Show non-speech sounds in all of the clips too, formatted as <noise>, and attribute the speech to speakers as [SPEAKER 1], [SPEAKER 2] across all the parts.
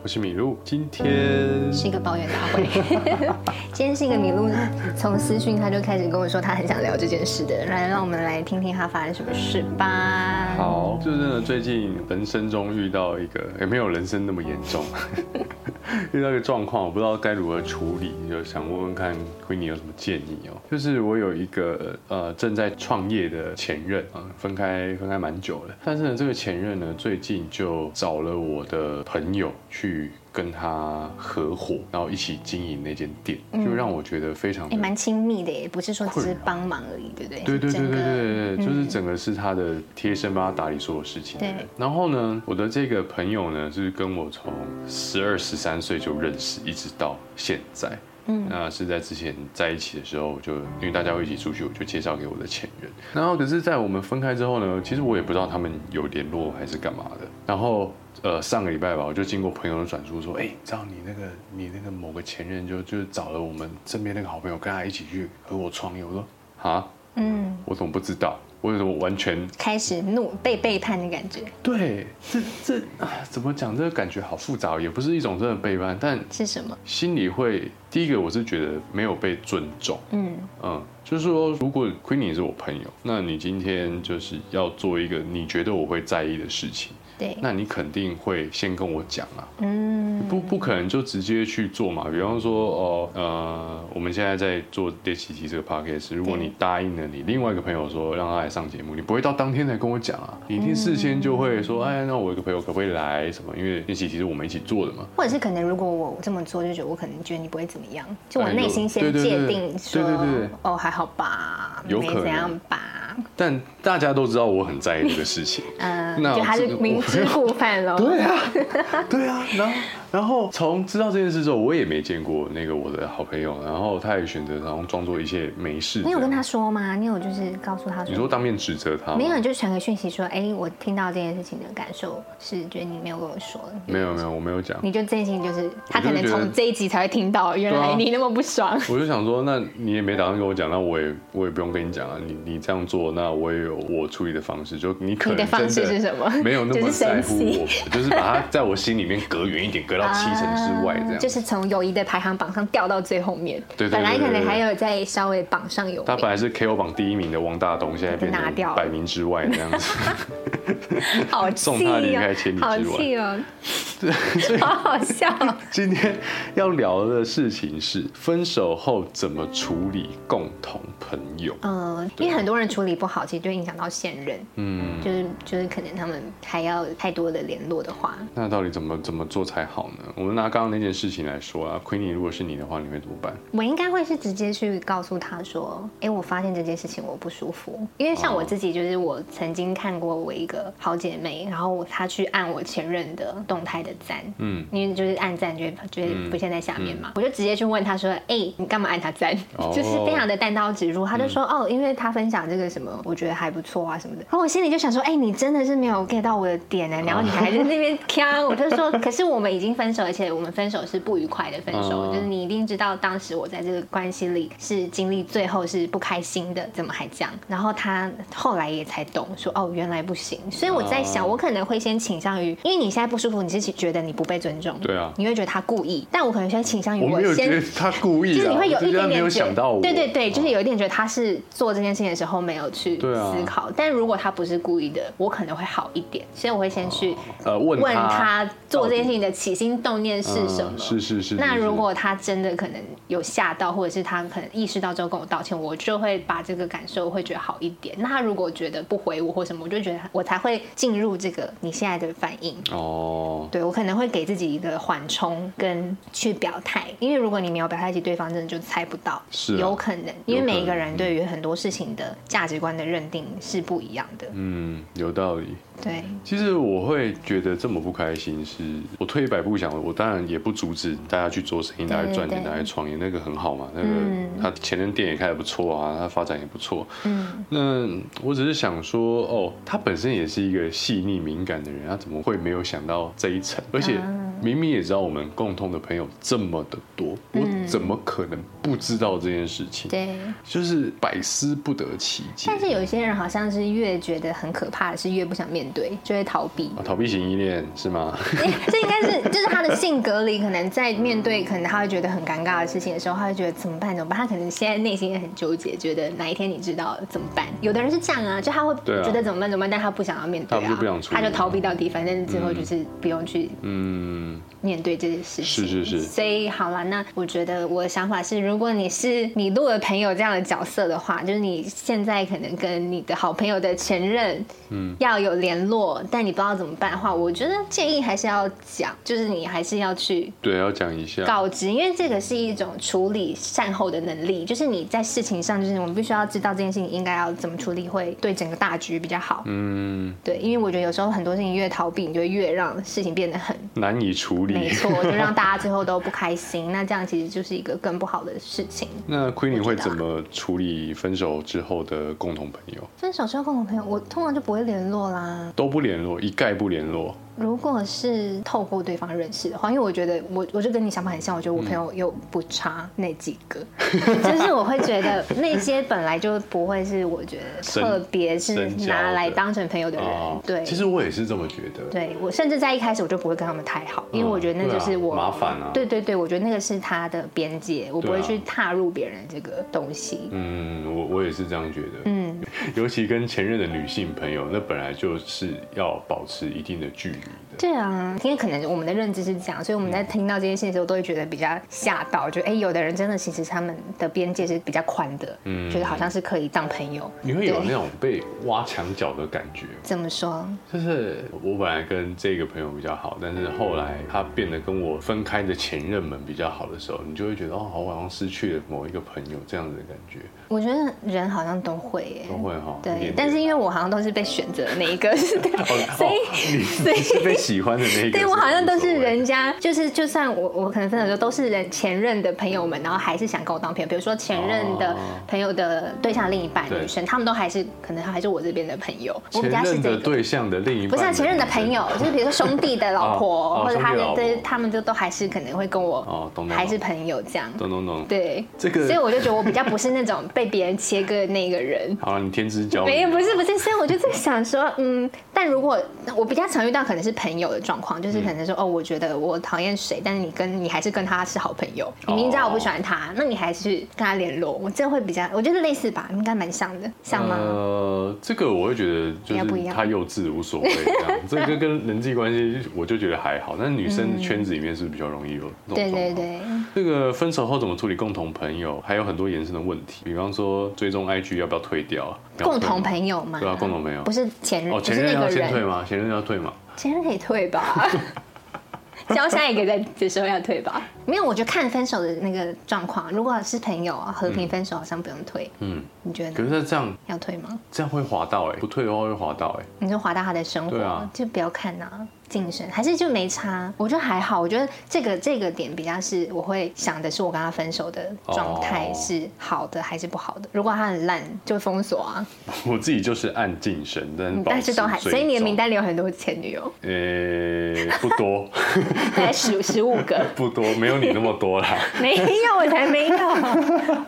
[SPEAKER 1] 我是米露。今天
[SPEAKER 2] 是一个抱怨大会。 <laughs> 今天是一个米露，从私讯他就开始跟我说他很想聊这件事的，来让我们来听听他发生什么事吧。
[SPEAKER 1] 好，就是呢，最近人生中遇到一个，也没有人生那么严重， <laughs> 遇到一个状况，我不知道该如何处理，就想问问看 Queenie 有什么建议哦。就是我有一个呃正在创业的前任啊，分开分开蛮久了，但是呢，这个前任呢，最近就找了我的朋友去。跟他合伙，然后一起经营那间店，就让我觉得非常的
[SPEAKER 2] 哎，蛮亲密的耶，不是说只是帮忙而已，对不对？
[SPEAKER 1] 对对对
[SPEAKER 2] 整
[SPEAKER 1] 对
[SPEAKER 2] 个
[SPEAKER 1] 对对，对，
[SPEAKER 2] 嗯
[SPEAKER 1] 就是整个是他的贴身帮他打理所有事情的人
[SPEAKER 2] 对
[SPEAKER 1] 然后呢，我的这个朋友呢，是跟我从十二十三岁就认识，一直到现在。
[SPEAKER 2] 嗯
[SPEAKER 1] 那是在之前在一起的时候，我就因为大家会一起出去，我就介绍给我的前任。然后可是，在我们分开之后呢，其实我也不知道他们有联络还是干嘛的。然后呃，上个礼拜吧，我就经过朋友的转述说，哎、你知道你那个你那个某个前任就就找了我们身边那个好朋友，跟他一起去和我创业。我说啊，
[SPEAKER 2] 嗯，
[SPEAKER 1] 我怎么不知道？我怎么完全
[SPEAKER 2] 开始怒被背叛的感觉
[SPEAKER 1] 对？这这啊，怎么讲？这个感觉好复杂哦，也不是一种真的背叛，但
[SPEAKER 2] 是什么？
[SPEAKER 1] 心里会第一个，我是觉得没有被尊重。
[SPEAKER 2] 嗯，
[SPEAKER 1] 嗯，就是说，如果 Queenie 是我朋友，那你今天就是要做一个你觉得我会在意的事情，
[SPEAKER 2] 对，
[SPEAKER 1] 那你肯定会先跟我讲啊。
[SPEAKER 2] 嗯，
[SPEAKER 1] 不不可能就直接去做嘛。比方说，哦，呃，我们现在在做《第七集》这个 podcast，如果
[SPEAKER 2] 对
[SPEAKER 1] 你答应了你另外一个朋友说让他来上节目，你不会到当天才跟我讲啊，你一定事先就会
[SPEAKER 2] 嗯
[SPEAKER 1] 说，哎，那我有个朋友可不可以来什么？因为《第七集》是我们一起做的嘛。
[SPEAKER 2] 或者是可能，如果我这么做，就觉得我可能觉得你不会怎么样，就我
[SPEAKER 1] 哎
[SPEAKER 2] 内
[SPEAKER 1] 有
[SPEAKER 2] 心
[SPEAKER 1] 对
[SPEAKER 2] 先
[SPEAKER 1] 对
[SPEAKER 2] 界
[SPEAKER 1] 对
[SPEAKER 2] 定说，
[SPEAKER 1] 对对对
[SPEAKER 2] 哦，还好吧，
[SPEAKER 1] 有
[SPEAKER 2] 没
[SPEAKER 1] 可
[SPEAKER 2] 怎
[SPEAKER 1] 能
[SPEAKER 2] 样吧，
[SPEAKER 1] 但大家都知道我很在意这个事
[SPEAKER 2] <laughs>
[SPEAKER 1] 情，
[SPEAKER 2] 嗯，
[SPEAKER 1] 那
[SPEAKER 2] 就
[SPEAKER 1] 我
[SPEAKER 2] 他
[SPEAKER 1] 这
[SPEAKER 2] 是
[SPEAKER 1] 个
[SPEAKER 2] 明
[SPEAKER 1] 我
[SPEAKER 2] 知故犯喽，
[SPEAKER 1] <laughs> 对啊，对啊，然后然后从知道这件事之后，我也没见过那个我的好朋友，然后他也选择然后装作一切没事。
[SPEAKER 2] 你有跟他？说吗？你有就是告诉他
[SPEAKER 1] 啊你
[SPEAKER 2] 说，
[SPEAKER 1] 说当面指责他吗？
[SPEAKER 2] 没有，你就传个讯息说，哎，我听到这件事情的感受是觉得你没有跟我说，
[SPEAKER 1] 没有没有，我没有讲。
[SPEAKER 2] 你就这件事情就是他可能
[SPEAKER 1] 觉得
[SPEAKER 2] 从这一集才会听到，原
[SPEAKER 1] 对
[SPEAKER 2] 来
[SPEAKER 1] 啊
[SPEAKER 2] 你那么不爽，
[SPEAKER 1] 我就想说，那你也没打算跟我讲，那我也我也不用跟你讲啊。你你这样做，那我也有我处理的方式，就你可
[SPEAKER 2] 你
[SPEAKER 1] 能
[SPEAKER 2] 的 <laughs> 方式
[SPEAKER 1] 真的
[SPEAKER 2] 是什么？
[SPEAKER 1] 没有那
[SPEAKER 2] 就
[SPEAKER 1] 么
[SPEAKER 2] 是
[SPEAKER 1] 在
[SPEAKER 2] 生
[SPEAKER 1] 乎
[SPEAKER 2] 气。
[SPEAKER 1] 我，就是把它在我心里面隔远一点，隔到七成之外这
[SPEAKER 2] 啊
[SPEAKER 1] 样。
[SPEAKER 2] <laughs> 就是从友谊的排行榜上掉到最后面。
[SPEAKER 1] 对对对
[SPEAKER 2] 本来可
[SPEAKER 1] 对
[SPEAKER 2] 能
[SPEAKER 1] 对
[SPEAKER 2] 还有在稍微榜上有
[SPEAKER 1] 他本
[SPEAKER 2] 名，
[SPEAKER 1] 来是 KO 榜第一名的汪大东，现在变
[SPEAKER 2] 拿掉
[SPEAKER 1] 成
[SPEAKER 2] 了
[SPEAKER 1] 百名之外这样子。
[SPEAKER 2] 好
[SPEAKER 1] 送
[SPEAKER 2] 气
[SPEAKER 1] 他
[SPEAKER 2] 哦，
[SPEAKER 1] 离开千里之外
[SPEAKER 2] 好气哦， <laughs>
[SPEAKER 1] 对， <laughs> 所以
[SPEAKER 2] 好好笑哦。
[SPEAKER 1] 今天要聊的事情是分手后怎么处理共同朋友。
[SPEAKER 2] 嗯，因为很多人处理不好，其实就影响到现任，
[SPEAKER 1] 嗯，
[SPEAKER 2] 就是就是可能他们还要太多的联络的话，
[SPEAKER 1] 那到底怎么怎么做才好呢？我们拿刚刚那件事情来说啊，Queenie，如果是你的话，你会怎么办？
[SPEAKER 2] 我应该会是直接去告诉他说，哎、我发现这件事情我不舒服，因为像
[SPEAKER 1] 哦
[SPEAKER 2] 我自己就是我曾经看过我一个好姐妹，然后她去按我前任的动态的赞，
[SPEAKER 1] 嗯，
[SPEAKER 2] 因为就是按赞就会就会浮现在下面嘛，我就直接去问他说：“哎、你干嘛按他赞？”
[SPEAKER 1] 哦嗯
[SPEAKER 2] 就是非常的单刀直入。他就说：“哦，因为他分享这个什么，我觉得还不错啊什么的。”然后我心里就想说：“哎、你真的是没有 get 到我的点呢、欸然后你还在那边呛。”我就说：“可是我们已经分手，而且我们分手是不愉快的分手，
[SPEAKER 1] 哦
[SPEAKER 2] 就是你一定知道当时我在这个关系里是经历最后是不开心的，怎么还这样？”然后他后来也才懂说：“哦，原来不行。”所以我在想，
[SPEAKER 1] 哦
[SPEAKER 2] 我可能会先倾向于，因为你现在不舒服，你自己觉得你不被尊重，
[SPEAKER 1] 对啊
[SPEAKER 2] 你会觉得他故意，但我可能先倾向于
[SPEAKER 1] 我没有觉
[SPEAKER 2] 先，
[SPEAKER 1] 得他故意
[SPEAKER 2] 就
[SPEAKER 1] 啊，
[SPEAKER 2] 是你会有
[SPEAKER 1] 我
[SPEAKER 2] 一
[SPEAKER 1] 只是
[SPEAKER 2] 点
[SPEAKER 1] 没有
[SPEAKER 2] 点觉
[SPEAKER 1] 想到我，
[SPEAKER 2] 对对对，就是有一点觉得他是做这件事情的时候没有去
[SPEAKER 1] 对啊
[SPEAKER 2] 思考，但如果他不是故意的，我可能会好一点，所以我会先去
[SPEAKER 1] 呃问
[SPEAKER 2] 问
[SPEAKER 1] 他
[SPEAKER 2] 他做这件事情的起心动念是什么。
[SPEAKER 1] 嗯是是是。
[SPEAKER 2] 那
[SPEAKER 1] 是
[SPEAKER 2] 如果他真的可能有吓到，或者是他可能意识到之后跟我道歉，我就会把这个感受会觉得好一点。那他如果觉得不回我或什么，我就觉得嗯我才会进入这个你现在的反应。
[SPEAKER 1] 哦，
[SPEAKER 2] 对我可能会给自己一个缓冲跟去表态，因为如果你没有表态，其实对方真的就猜不到，
[SPEAKER 1] 是啊
[SPEAKER 2] 有可能，因
[SPEAKER 1] 有
[SPEAKER 2] 为
[SPEAKER 1] 可能
[SPEAKER 2] 每一个人对于很多事情的价值观的认定是不一样的。
[SPEAKER 1] 嗯，有道理。
[SPEAKER 2] 对，
[SPEAKER 1] 其实我会觉得这么不开心是，我退一百步想，我当然也不阻止大家去做生意，拿来赚钱，
[SPEAKER 2] 对对
[SPEAKER 1] 拿来创业，那个很好嘛。那个
[SPEAKER 2] 嗯
[SPEAKER 1] 他前任店也开得不错啊，他发展也不错。
[SPEAKER 2] 嗯，
[SPEAKER 1] 那我只是想说，哦，他本身也是一个细腻敏感的人，他怎么会没有想到这一层？而且
[SPEAKER 2] 啊
[SPEAKER 1] 明明也知道我们共同的朋友这么的多，我怎么可能不不知道这件事情，
[SPEAKER 2] 嗯对。
[SPEAKER 1] 就是百思不得其解。
[SPEAKER 2] 但是有些人好像是越觉得很可怕的是越不想面对，就会逃避。
[SPEAKER 1] 啊逃避型依恋是
[SPEAKER 2] <laughs>
[SPEAKER 1] 吗？ <laughs>
[SPEAKER 2] 这应该是就是他的性格里，可能在面对可能他会觉得很尴尬的事情的时候，他会觉得怎么办怎么办？他可能现在内心也很纠结，觉得哪一天你知道了怎么办？有的人是这样啊，就他会
[SPEAKER 1] 对啊
[SPEAKER 2] 觉得怎么办怎么办，但他不想要面对
[SPEAKER 1] 他就不想
[SPEAKER 2] 啊，
[SPEAKER 1] 处理
[SPEAKER 2] 他就逃避到底，反正最后就是不用去
[SPEAKER 1] 嗯，
[SPEAKER 2] 面对这些事
[SPEAKER 1] 是
[SPEAKER 2] 情。
[SPEAKER 1] 是是
[SPEAKER 2] 所以好了，那我觉得我的想法是，如果你是米露的朋友这样的角色的话，就是你现在可能跟你的好朋友的前任，嗯，要有联络，但你不知道怎么办的话，我觉得建议还是要讲，就是你还是要去。
[SPEAKER 1] 对，要讲一下。
[SPEAKER 2] 告知，因为这个是一种处理善后的能力，就是你在事情上，就是我们必须要知道这件事情应该要怎么处理，会对整个大局比较好。
[SPEAKER 1] 嗯，
[SPEAKER 2] 对，因为我觉得有时候很多事情越逃避，你就越让事情变得很
[SPEAKER 1] 难以处
[SPEAKER 2] 没
[SPEAKER 1] 理。
[SPEAKER 2] 错，就让大家最后都不开心，那这样其实就是一个更不好的事情。
[SPEAKER 1] 那 Queenie 会
[SPEAKER 2] 我知道
[SPEAKER 1] 怎么处理分手之后的共同朋友？
[SPEAKER 2] 分手之后，共同朋友，我通常就不会联络啦。
[SPEAKER 1] 都不联络，一概不联络。
[SPEAKER 2] 如果是透过对方认识的话，因为我觉得我我就跟你想法很像，我觉得我朋
[SPEAKER 1] 嗯
[SPEAKER 2] 友又不差那几个， <laughs> 就是我会觉得那些本来就不会是我觉得
[SPEAKER 1] 深
[SPEAKER 2] 特别是
[SPEAKER 1] 深交
[SPEAKER 2] 拿来
[SPEAKER 1] 的
[SPEAKER 2] 当成朋友的人，
[SPEAKER 1] 哦
[SPEAKER 2] 对。
[SPEAKER 1] 其实我也是这么觉得。
[SPEAKER 2] 对我甚至在一开始我就不会跟他们太好，因为我觉得那就是我、
[SPEAKER 1] 嗯对啊麻烦啊
[SPEAKER 2] 对对对，我觉得那个是他的边界，我不
[SPEAKER 1] 对啊
[SPEAKER 2] 会去踏入别人这个东西。
[SPEAKER 1] 嗯，我我也是这样觉得。
[SPEAKER 2] 嗯，
[SPEAKER 1] 尤其跟前任的女性朋友，那本来就是要保持一定的距离的。
[SPEAKER 2] 对啊，因为可能我们的认知是这样，所以我们
[SPEAKER 1] 嗯
[SPEAKER 2] 在听到这件事情的时候，都会觉得比较吓到，就哎、有的人真的其实他们的边界是比较宽的，
[SPEAKER 1] 嗯
[SPEAKER 2] 觉得好像是可以当朋友。
[SPEAKER 1] 你会有
[SPEAKER 2] 对
[SPEAKER 1] 那种被挖墙脚的感觉吗
[SPEAKER 2] 怎么说？
[SPEAKER 1] 就是我本来跟这个朋友比较好，但是后来他变得跟我分开的前任们比较好的时候，你就会觉得哦，我好像失去了某一个朋友这样子的感觉，
[SPEAKER 2] 我觉得人好像都会耶。
[SPEAKER 1] 都会哈。一
[SPEAKER 2] 嗯对
[SPEAKER 1] 点点，
[SPEAKER 2] 但是因为我好像都是被选择的那一
[SPEAKER 1] <laughs>
[SPEAKER 2] 个，对
[SPEAKER 1] 哦，
[SPEAKER 2] 所以
[SPEAKER 1] 哦你你是被喜欢的那一个，
[SPEAKER 2] 对我好像都是
[SPEAKER 1] 无所谓
[SPEAKER 2] 人家，就是就算我我可能分手之后都是人前任的朋友们，然后还是想跟我当朋友，比如说前任的
[SPEAKER 1] 哦
[SPEAKER 2] 朋友的对象另一半
[SPEAKER 1] 对
[SPEAKER 2] 女生，他们都还是可能还是我这边的朋友，我比较
[SPEAKER 1] 前
[SPEAKER 2] 是
[SPEAKER 1] 任
[SPEAKER 2] 这
[SPEAKER 1] 的
[SPEAKER 2] 个。
[SPEAKER 1] 对象的另一半，
[SPEAKER 2] 不是啊前任的朋。友，就是比如说兄弟的老
[SPEAKER 1] 哦
[SPEAKER 2] 婆，
[SPEAKER 1] 哦
[SPEAKER 2] 或者他
[SPEAKER 1] 兄弟老
[SPEAKER 2] 的
[SPEAKER 1] 婆
[SPEAKER 2] 对，他们就都还是可能会跟我，
[SPEAKER 1] 哦懂懂懂
[SPEAKER 2] 还是朋友这样。
[SPEAKER 1] 懂懂懂，
[SPEAKER 2] 对，
[SPEAKER 1] 这个
[SPEAKER 2] 所以我就觉得我比较不是那种被别人切割的那个人。
[SPEAKER 1] 好了，你天之骄女
[SPEAKER 2] 没有，不是不是，所以我就在想说，嗯，但如果我比较常遇到可能是朋友的状况，
[SPEAKER 1] 嗯
[SPEAKER 2] 就是可能说，哦，我觉得我讨厌谁，但是你跟你还是跟他是好朋友，
[SPEAKER 1] 哦
[SPEAKER 2] 你明知道我不喜欢他，那你还是跟他联络，我这会比较，我觉得类似吧，应该蛮像的，像吗？
[SPEAKER 1] 呃，这个我会觉得就
[SPEAKER 2] 比较不
[SPEAKER 1] 是
[SPEAKER 2] 一样
[SPEAKER 1] 他幼稚无所谓这样，这
[SPEAKER 2] <laughs>
[SPEAKER 1] 个跟人际关系我就觉得还好，但是女生圈子里面是比较容易有这种
[SPEAKER 2] 嗯对对
[SPEAKER 1] 状况
[SPEAKER 2] 对，
[SPEAKER 1] 这个分手后怎么处理共同朋友，还有很多延伸的问题，比方说追踪 IG 要不要退掉啊？不要
[SPEAKER 2] 共
[SPEAKER 1] 退
[SPEAKER 2] 同
[SPEAKER 1] 吗
[SPEAKER 2] 朋友嘛，
[SPEAKER 1] 对啊，共同朋友
[SPEAKER 2] 不是前任，
[SPEAKER 1] 哦，
[SPEAKER 2] 不
[SPEAKER 1] 前
[SPEAKER 2] 是
[SPEAKER 1] 任
[SPEAKER 2] 那
[SPEAKER 1] 要
[SPEAKER 2] 个
[SPEAKER 1] 先退
[SPEAKER 2] 人，
[SPEAKER 1] 吗？前任要退吗？
[SPEAKER 2] 前任可以
[SPEAKER 1] <laughs>
[SPEAKER 2] 退吧。交下一个在这时候要退吧？没有，我觉得看分手的那个状况。如果是朋友啊和平分手，好像不用退。
[SPEAKER 1] 嗯，
[SPEAKER 2] 你觉得
[SPEAKER 1] 可
[SPEAKER 2] 呢
[SPEAKER 1] 是那这样
[SPEAKER 2] 要退吗？
[SPEAKER 1] 这样会滑到哎、不退的话会滑到哎、
[SPEAKER 2] 你就划到他的生活，
[SPEAKER 1] 对啊
[SPEAKER 2] 就不要看呐、晋升还是就没差，我觉得还好。我觉得这个这个点比较是我会想的是，我跟他分手的状态
[SPEAKER 1] 哦
[SPEAKER 2] 是好的还是不好的。如果他很烂，就封锁啊。
[SPEAKER 1] <laughs> 我自己就是按晋升，但是
[SPEAKER 2] 嗯
[SPEAKER 1] 保
[SPEAKER 2] 但是
[SPEAKER 1] 持
[SPEAKER 2] 都还，
[SPEAKER 1] 追
[SPEAKER 2] 所以你的
[SPEAKER 1] 踪
[SPEAKER 2] 名单里有很多前女友，
[SPEAKER 1] 呃、不多
[SPEAKER 2] 大概 <laughs> 十十五个。
[SPEAKER 1] 不多，没有你那么多啦。
[SPEAKER 2] 没有，我才没有。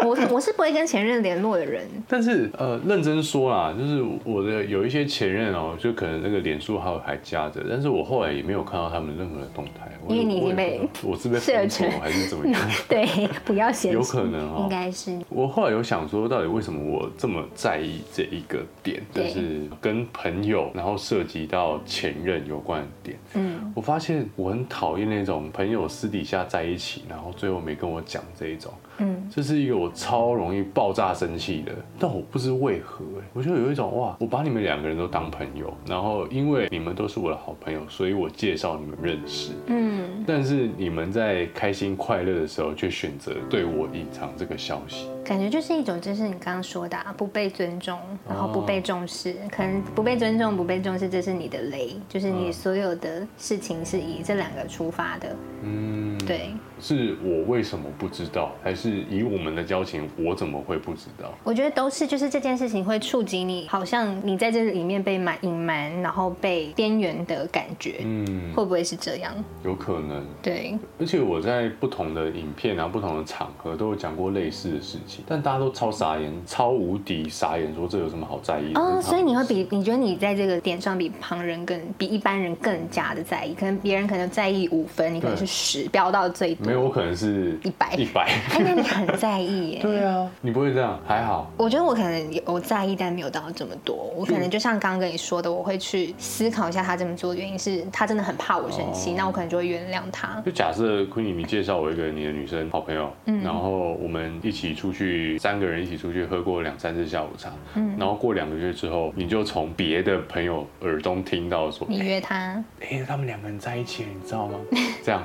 [SPEAKER 2] 我我是不会跟前任联络的 <laughs> 人，
[SPEAKER 1] 但是呃，认真说啦，就是我的有一些前任哦、就可能那个脸书还有还加着，但是我后来也没有看到他们任何的动态，我也
[SPEAKER 2] 因为你已经被
[SPEAKER 1] 我也不知道我是被封
[SPEAKER 2] 设
[SPEAKER 1] 锁
[SPEAKER 2] 成 <laughs>
[SPEAKER 1] 还是怎么样？
[SPEAKER 2] 对，不要嫌弃
[SPEAKER 1] 有可能哦
[SPEAKER 2] 应该是
[SPEAKER 1] 我后来有想说，到底为什么我这么在意这一个点，就
[SPEAKER 2] 对
[SPEAKER 1] 是跟朋友，然后涉及到前任有关的点。
[SPEAKER 2] 嗯，
[SPEAKER 1] 我发现我很讨厌那种朋友私底下在一起，然后最后没跟我讲这一种。
[SPEAKER 2] 嗯，
[SPEAKER 1] 这是一个我超容易爆炸生气的，但我不知为何、欸，我就有一种哇，我把你们两个人都当朋友，然后因为你们都是我的好朋友，所以我介绍你们认识。
[SPEAKER 2] 嗯。
[SPEAKER 1] 但是你们在开心快乐的时候，却选择对我隐藏这个消息。
[SPEAKER 2] 感觉就是一种，就是你刚刚说的、啊、不被尊重，然后不
[SPEAKER 1] 哦
[SPEAKER 2] 被重视，可能不被尊重、不被重视，
[SPEAKER 1] 嗯
[SPEAKER 2] 这是你的雷，就是你所有的事情是以这两个出发的。
[SPEAKER 1] 嗯，
[SPEAKER 2] 对，
[SPEAKER 1] 是我为什么不知道，还是以我们的交情，我怎么会不知道？
[SPEAKER 2] 我觉得都是，就是这件事情会触及你，好像你在这里面被瞒隐瞒，然后被边缘的感觉，
[SPEAKER 1] 嗯，
[SPEAKER 2] 会不会是这样？
[SPEAKER 1] 有可能。
[SPEAKER 2] 对，
[SPEAKER 1] 而且我在不同的影片啊、不同的场合都有讲过类似的事情，但大家都超傻眼，超无敌傻眼，说这有什么好在意的？
[SPEAKER 2] 哦，
[SPEAKER 1] 这是他
[SPEAKER 2] 所以
[SPEAKER 1] 们
[SPEAKER 2] 你会
[SPEAKER 1] 的事
[SPEAKER 2] 比你觉得你在这个点上比旁人更比一般人更加的在意，可能别人可能在意五分，你可能是
[SPEAKER 1] 对
[SPEAKER 2] 十，飙到最多。
[SPEAKER 1] 没有，我可能是 <laughs>
[SPEAKER 2] 100
[SPEAKER 1] 一百。
[SPEAKER 2] 哎，那你很在意耶。
[SPEAKER 1] 对啊，你不会这样，还好。
[SPEAKER 2] 我觉得我可能有在意，但没有到这么多。我可能就像刚刚跟你说的，我会去思考一下他这么做的原因是他真的很怕我生气，
[SPEAKER 1] 哦
[SPEAKER 2] 那我可能就会原谅他。
[SPEAKER 1] 就假设 Queenie 你介绍我一个你的女生好朋友，
[SPEAKER 2] 嗯
[SPEAKER 1] 然后我们一起出去，三个人一起出去喝过两三次下午茶，
[SPEAKER 2] 嗯
[SPEAKER 1] 然后过两个月之后，你就从别的朋友耳中听到说，
[SPEAKER 2] 你约他，
[SPEAKER 1] 哎、他们两个人在一起了，你知
[SPEAKER 2] <laughs>
[SPEAKER 1] 道吗？这样，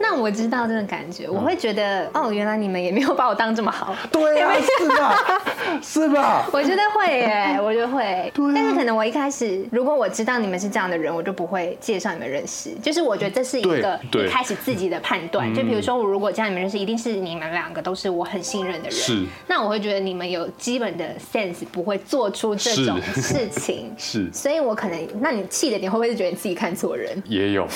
[SPEAKER 2] 那我知道这种感觉，我会觉得、哦，原来你们也没有把我当这么好。
[SPEAKER 1] 对啊，是吧？是吧？
[SPEAKER 2] 我觉得会
[SPEAKER 1] <laughs>
[SPEAKER 2] 耶，我觉得会。
[SPEAKER 1] 对啊
[SPEAKER 2] 但是可能我一开始，如果我知道你们是这样的人，我就不会介绍你们认识。就是我觉得这是一个
[SPEAKER 1] 对
[SPEAKER 2] 一
[SPEAKER 1] 对
[SPEAKER 2] 开始自己的判断。
[SPEAKER 1] 嗯
[SPEAKER 2] 就比如说，我如果叫你们认识，一定是你们两个都是我很信任的人。
[SPEAKER 1] 是。
[SPEAKER 2] 那我会觉得你们有基本的 sense，不会做出这种
[SPEAKER 1] 是。
[SPEAKER 2] 事情
[SPEAKER 1] 是
[SPEAKER 2] 所以我可能，那你气的点会不会是觉得你自己看错人？
[SPEAKER 1] 也
[SPEAKER 2] <laughs>
[SPEAKER 1] 有，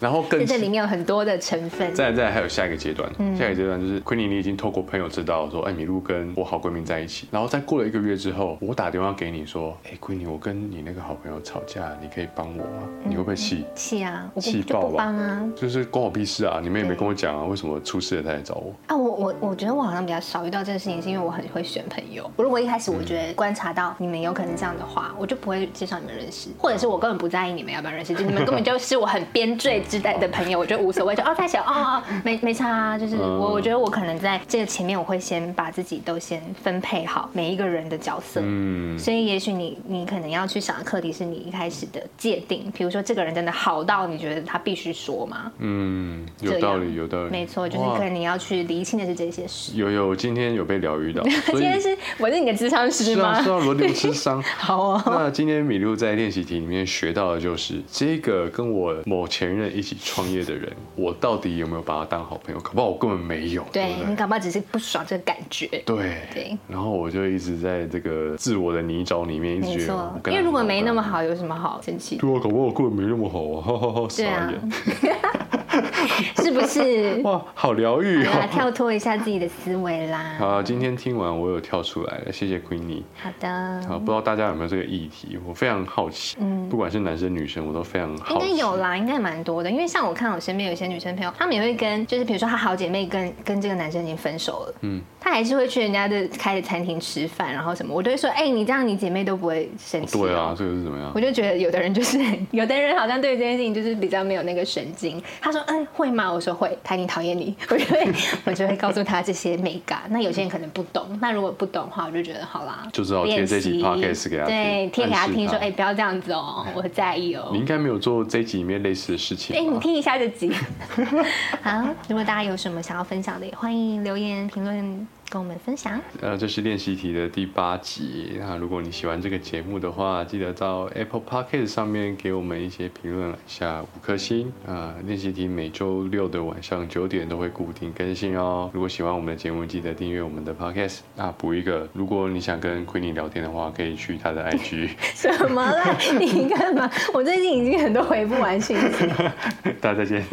[SPEAKER 1] 然后
[SPEAKER 2] 在嗯
[SPEAKER 1] 更
[SPEAKER 2] 这里面有很多的成分。
[SPEAKER 1] 再再还有下一个阶段，下一个阶段就是 Queenie，你已经透过朋友知道说，哎，米露跟我好闺蜜在一起，然后再过了一个月之后，我打电话给你说，哎，Queenie，我跟你那个好朋友吵架，你可以帮我吗？你会不会气？
[SPEAKER 2] 气啊，我不
[SPEAKER 1] 气
[SPEAKER 2] 就
[SPEAKER 1] 爆
[SPEAKER 2] 不
[SPEAKER 1] 吧
[SPEAKER 2] 帮啊。
[SPEAKER 1] 就是关我屁事啊！你们也没
[SPEAKER 2] 对
[SPEAKER 1] 跟我讲啊，为什么出事了才来找我？
[SPEAKER 2] 啊，我我我觉得我好像比较少遇到这个事情，是因为我很会选朋友。如果一开始
[SPEAKER 1] 嗯
[SPEAKER 2] 我觉得观察到你们有可能这样的话，我就不会介绍你们认识，或者是我根本不在意你们要不要认识，就你们根本就是我很边缀之代的朋友，我觉得无所谓，就哦太小哦哦没没差、啊，就是
[SPEAKER 1] 嗯
[SPEAKER 2] 我我觉得我可能在这个前面我会先把自己都先分配好每一个人的角色，
[SPEAKER 1] 嗯，
[SPEAKER 2] 所以也许你你可能要去想的课题是你一开始的界定，比如说这个人真的好到你觉得他必须说吗？
[SPEAKER 1] 嗯，有
[SPEAKER 2] 这
[SPEAKER 1] 道
[SPEAKER 2] 样
[SPEAKER 1] 理，有道理。
[SPEAKER 2] 没错，就是
[SPEAKER 1] 哇
[SPEAKER 2] 可能你要去厘清的是这些事。
[SPEAKER 1] 有有，今天有被疗愈到，
[SPEAKER 2] <laughs>
[SPEAKER 1] 所
[SPEAKER 2] 今
[SPEAKER 1] 以
[SPEAKER 2] 天是我是你的智商师
[SPEAKER 1] 是
[SPEAKER 2] 吗？
[SPEAKER 1] 啊，是啊，轮流吃 <laughs> 伤。
[SPEAKER 2] 好哦，
[SPEAKER 1] 那今天米露在练习题里面学到的就是，这个跟我某前任一起创业的人，我到底有没有把他当好朋友？搞不好我根本没有，
[SPEAKER 2] 对
[SPEAKER 1] 对不对？
[SPEAKER 2] 你搞不好只是不爽这个感觉。
[SPEAKER 1] 对
[SPEAKER 2] 对
[SPEAKER 1] 然后我就一直在这个自我的泥沼里面，一
[SPEAKER 2] 没
[SPEAKER 1] 直觉得
[SPEAKER 2] 错
[SPEAKER 1] 我，跟
[SPEAKER 2] 因
[SPEAKER 1] 他很好，
[SPEAKER 2] 为如果没那么
[SPEAKER 1] 跟
[SPEAKER 2] 好，有什么好生气
[SPEAKER 1] 他，？对啊，搞不好我根本没那么好啊，哈哈哈，傻
[SPEAKER 2] 对啊
[SPEAKER 1] 眼，
[SPEAKER 2] 是不是？
[SPEAKER 1] <laughs> 哇，好疗愈 <laughs>
[SPEAKER 2] 好啦，
[SPEAKER 1] 哦。
[SPEAKER 2] 跳脱一下自己的思维啦。
[SPEAKER 1] 好，今天听完我有跳出来了，谢谢 Queenie。
[SPEAKER 2] 好的，
[SPEAKER 1] 好，不知道大家有没有这个议题，我非常好奇，不管是男生女生，我都非常
[SPEAKER 2] 应
[SPEAKER 1] 好
[SPEAKER 2] 该
[SPEAKER 1] 奇。
[SPEAKER 2] 有啦，应该蛮多的。因为像我看我身边有一些女生朋友，她们也会跟，就是比如说她好姐妹跟跟这个男生已经分手了，嗯，她还是会去人家的开的餐厅吃饭，然后什么，我都会说，哎、你这样你姐妹都不会生气、
[SPEAKER 1] 对啊，，这个是怎么样
[SPEAKER 2] 我？就觉得有的人就是， <laughs> 有的人好像对于这件事情就是比较没有那个神经。他说：“嗯，会吗？”我说：“会。”他一定讨厌你， <laughs> 我就会我就会告诉他这些美感。那有些人可能不懂，那如果不懂的话，我就觉得好啦，
[SPEAKER 1] 就知道贴这集
[SPEAKER 2] 练习
[SPEAKER 1] podcast 给他听
[SPEAKER 2] 对，贴给他
[SPEAKER 1] 暗
[SPEAKER 2] 听
[SPEAKER 1] 示
[SPEAKER 2] 说：“
[SPEAKER 1] 他
[SPEAKER 2] 哎、不要这样子哦、我在意哦、
[SPEAKER 1] 你应该没有做这一集里面类似的事
[SPEAKER 2] <laughs> 哎、
[SPEAKER 1] 情
[SPEAKER 2] 你
[SPEAKER 1] 吧？
[SPEAKER 2] 听一下
[SPEAKER 1] <laughs>
[SPEAKER 2] 这集。好，如果大家有什么想要分享的，也欢迎留言评论跟我们分
[SPEAKER 1] <laughs>
[SPEAKER 2] 享。
[SPEAKER 1] 呃，这是练习题的第八集。那如果你喜欢这个节目的话，记得到 Apple Podcast 上面给我们一些评论，下五颗星。啊、练习题每周六的晚上九点都会固定更新哦。如果喜欢我们的节目，记得订阅我们的 Podcast。那补一个，如果你想跟 Queenie 聊天的话，可以去她的 IG，
[SPEAKER 2] 什么啦？你干嘛？我最近已经很多回不完讯息。
[SPEAKER 1] <laughs> 大家再见。